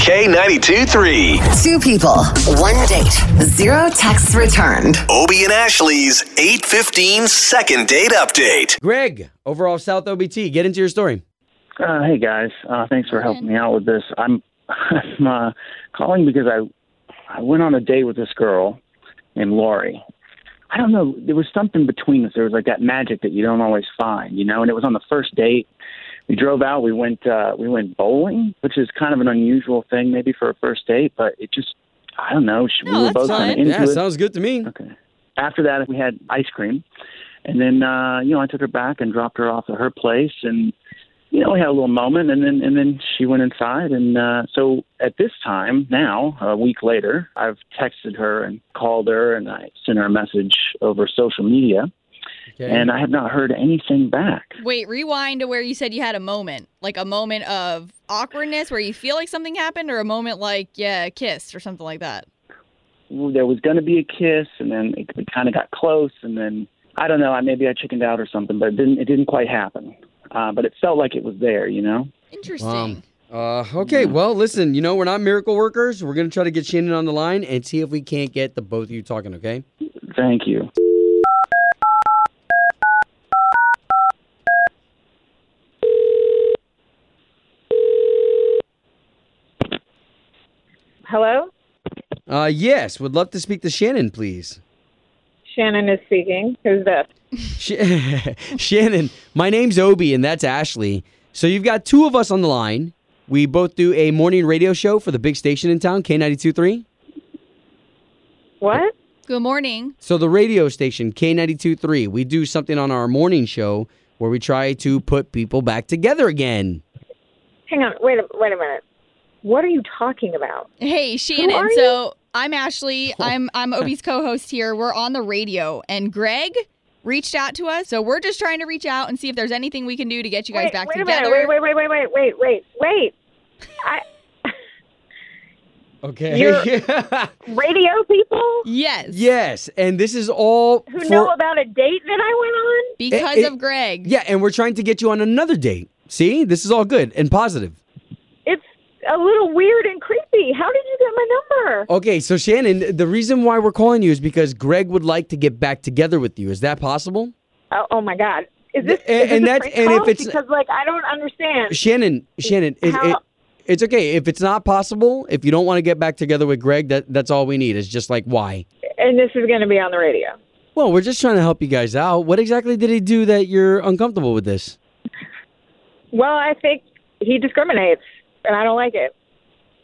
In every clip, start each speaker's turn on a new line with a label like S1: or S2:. S1: K92 3.
S2: Two people, one date, zero texts returned.
S1: Obie and Ashley's 815 second date update.
S3: Greg, overall South OBT, get into your story.
S4: Uh, hey guys, uh, thanks for helping me out with this. I'm I'm uh, calling because I I went on a date with this girl named Lori. I don't know. There was something between us. There was like that magic that you don't always find, you know. And it was on the first date. We drove out. We went uh, we went bowling, which is kind of an unusual thing maybe for a first date, but it just I don't know. She,
S5: No,
S4: we were
S5: that's
S4: both kind of
S5: fine.
S4: into
S3: Yeah,
S4: it.
S3: sounds good to me.
S4: Okay. After that, we had ice cream, and then uh, you know I took her back and dropped her off at her place, and you know we had a little moment, and then and then she went inside, and uh, so at this time now, a week later, I've texted her and called her, and I sent her a message over social media,
S3: Okay.
S4: and I have not heard anything back.
S5: Wait, rewind to where you said you had a moment, like a moment of awkwardness where you feel like something happened, or a moment like, yeah, a kiss or something like that.
S4: There was going to be a kiss, and then it, we kind of got close, and then I don't know, I maybe I chickened out or something, but it didn't it didn't quite happen. Uh, but it felt like it was there, you know.
S5: Interesting.
S3: Uh, okay, well, listen, you know, we're not miracle workers. We're going to try to get Shannon on the line and see if we can't get the both of you talking, okay?
S4: Thank you.
S6: Hello,
S3: Uh, yes, would love to speak to Shannon, please.
S6: Shannon is speaking. Who's this?
S3: Sh- Shannon, my name's Obi, and that's Ashley. So you've got two of us on the line. We both do a morning radio show for the big station in town, K92.3.
S6: What?
S5: Good morning.
S3: So the radio station, K92.3, we do something on our morning show where we try to put people back together again.
S6: Hang on. Wait. A, wait a minute. What are you talking about?
S5: Hey, Shannon.
S6: are you?
S5: So I'm Ashley. I'm I'm Obi's co-host here. We're on the radio, and Greg reached out to us. So we're just trying to reach out and see if there's anything we can do to get you guys
S6: wait,
S5: back
S6: wait
S5: together.
S6: a minute. Wait. Wait. Wait. Wait. Wait. Wait. Wait. Wait. I,
S3: Okay.
S6: radio people
S5: Yes.
S3: yes, and this is all
S6: who
S3: for-
S6: know about a date that I went on.
S5: Because
S3: It- it-
S5: of Greg.
S3: Yeah, and we're trying to get you on another date. See, this is all good and positive.
S6: It's a little weird and creepy. How did you get my number?
S3: Okay, so Shannon, the reason why we're calling you is because Greg would like to get back together with you. Is that possible?
S6: Oh, oh my God. Is this?
S3: And-
S6: is this
S3: and
S6: a
S3: that's-
S6: prank
S3: and if
S6: call?
S3: it's-
S6: because like I don't understand.
S3: Shannon, Shannon, it,
S6: How-
S3: it, it's okay if it's not possible. If you don't want to get back together with Greg, that that's all we need. Is just like why?
S6: And this is going to be on the radio.
S3: Well, we're just trying to help you guys out. What exactly did he do that you're uncomfortable with this?
S6: Well, I think he discriminates, and I don't like it.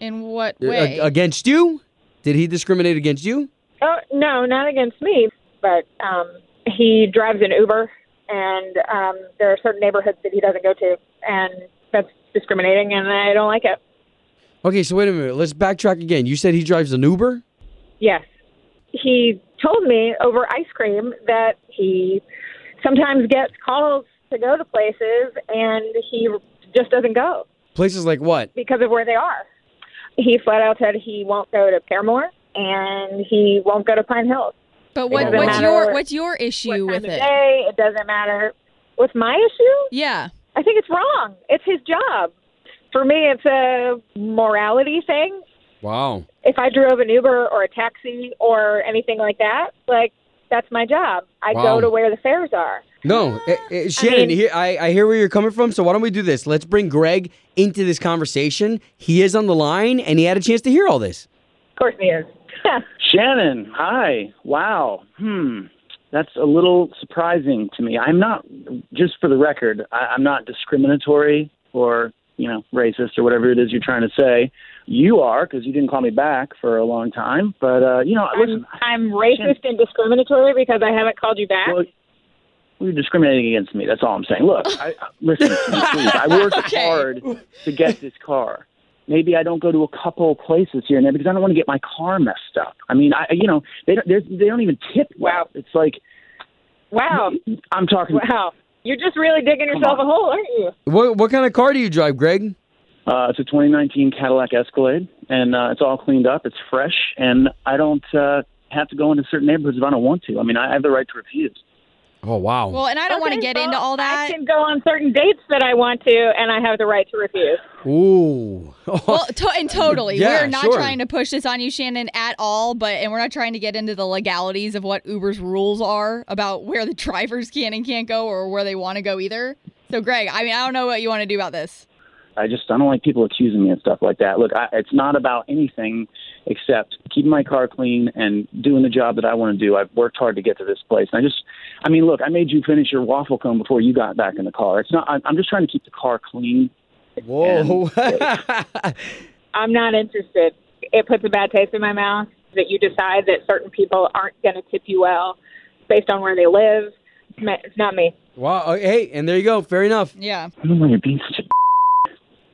S5: In what
S3: A-
S5: way?
S3: Uh, against you? Did he discriminate against you?
S6: Oh no, not against me, but um, he drives an Uber, and um, there are certain neighborhoods that he doesn't go to, and that's discriminating, and I don't like it.
S3: Okay, so wait a minute. Let's backtrack again. You said he drives an Uber.
S6: Yes, he told me over ice cream that he sometimes gets calls to go to places, and he just doesn't go
S3: Places like what?
S6: because of where they are. He flat out said he won't go to Paramore, and he won't go to Pine Hills.
S5: but what,
S3: doesn't
S5: what's
S3: matter
S5: your
S6: what-
S5: what's your
S6: What
S5: issue
S6: time
S5: with
S6: of
S5: it?
S6: day? It doesn't matter. What's my issue?
S5: Yeah.
S6: I think it's wrong. It's his job. For me, it's a morality thing.
S3: Wow.
S6: If I drove an Uber or a taxi or anything like that, like that's my job. I
S3: Wow.
S6: go to where the fares are.
S3: No, eh, eh, Shannon,
S6: mean-
S3: here, I, I hear where you're coming from. So why don't we do this? Let's bring Greg into this conversation. He is on the line, and he had a chance to hear all this.
S6: Of course, he is.
S4: Shannon, hi. Wow. Hmm. That's a little surprising to me. I'm not, just for the record, I, I'm not discriminatory or, you know, racist or whatever it is you're trying to say. You are, because you didn't call me back for a long time. But, uh, you know, listen,
S6: I'm, I'm racist and discriminatory because I haven't called you back.
S4: well, you're discriminating against me. That's all I'm saying. Look, I, I- listen, to me, please. I worked hard to get this car. Maybe I don't go to a couple places here and there because I don't want to get my car messed up. I mean, I you know they don't they're- they don't even tip. Wow, it's like
S6: wow,
S4: I'm talking.
S6: wow, you're just really digging yourself a
S4: on.
S6: hole, aren't you?
S3: What what kind of car do you drive, Greg?
S4: Uh, it's a 2019 Cadillac Escalade, and uh, it's all cleaned up. It's fresh, and I don't uh, have to go into certain neighborhoods if I don't want to. I mean, I have the right to refuse.
S7: Oh wow.
S5: Well, and I don't want to
S6: Okay,
S5: get
S6: well,
S5: into all
S6: I
S5: that.
S6: can go on certain dates that I want to, and I have the right to refuse.
S3: Ooh.
S5: Well, to- and totally.
S3: Yeah,
S5: we're not
S3: sure.
S5: trying to push this on you, Shannon, at all, but and we're not trying to get into the legalities of what Uber's rules are about where the drivers can and can't go or where they want to go either. So, Greg, I mean, I don't know what you want to do about this.
S4: I just I don't like people accusing me and stuff like that. Look, I, it's not about anything except keeping my car clean and doing the job that I want to do. I've worked hard to get to this place, and I just, I mean, look, I made you finish your waffle cone before you got back in the car. It's not. I, I'm just trying to keep the car clean.
S3: Whoa.
S6: I'm not interested. It puts a bad taste in my mouth that you decide that certain people aren't going to tip you well based on where they live. Ma- It's not me.
S3: wow. oh, Hey, and there you go. Fair enough.
S5: Yeah.
S4: I don't know why you're being such a.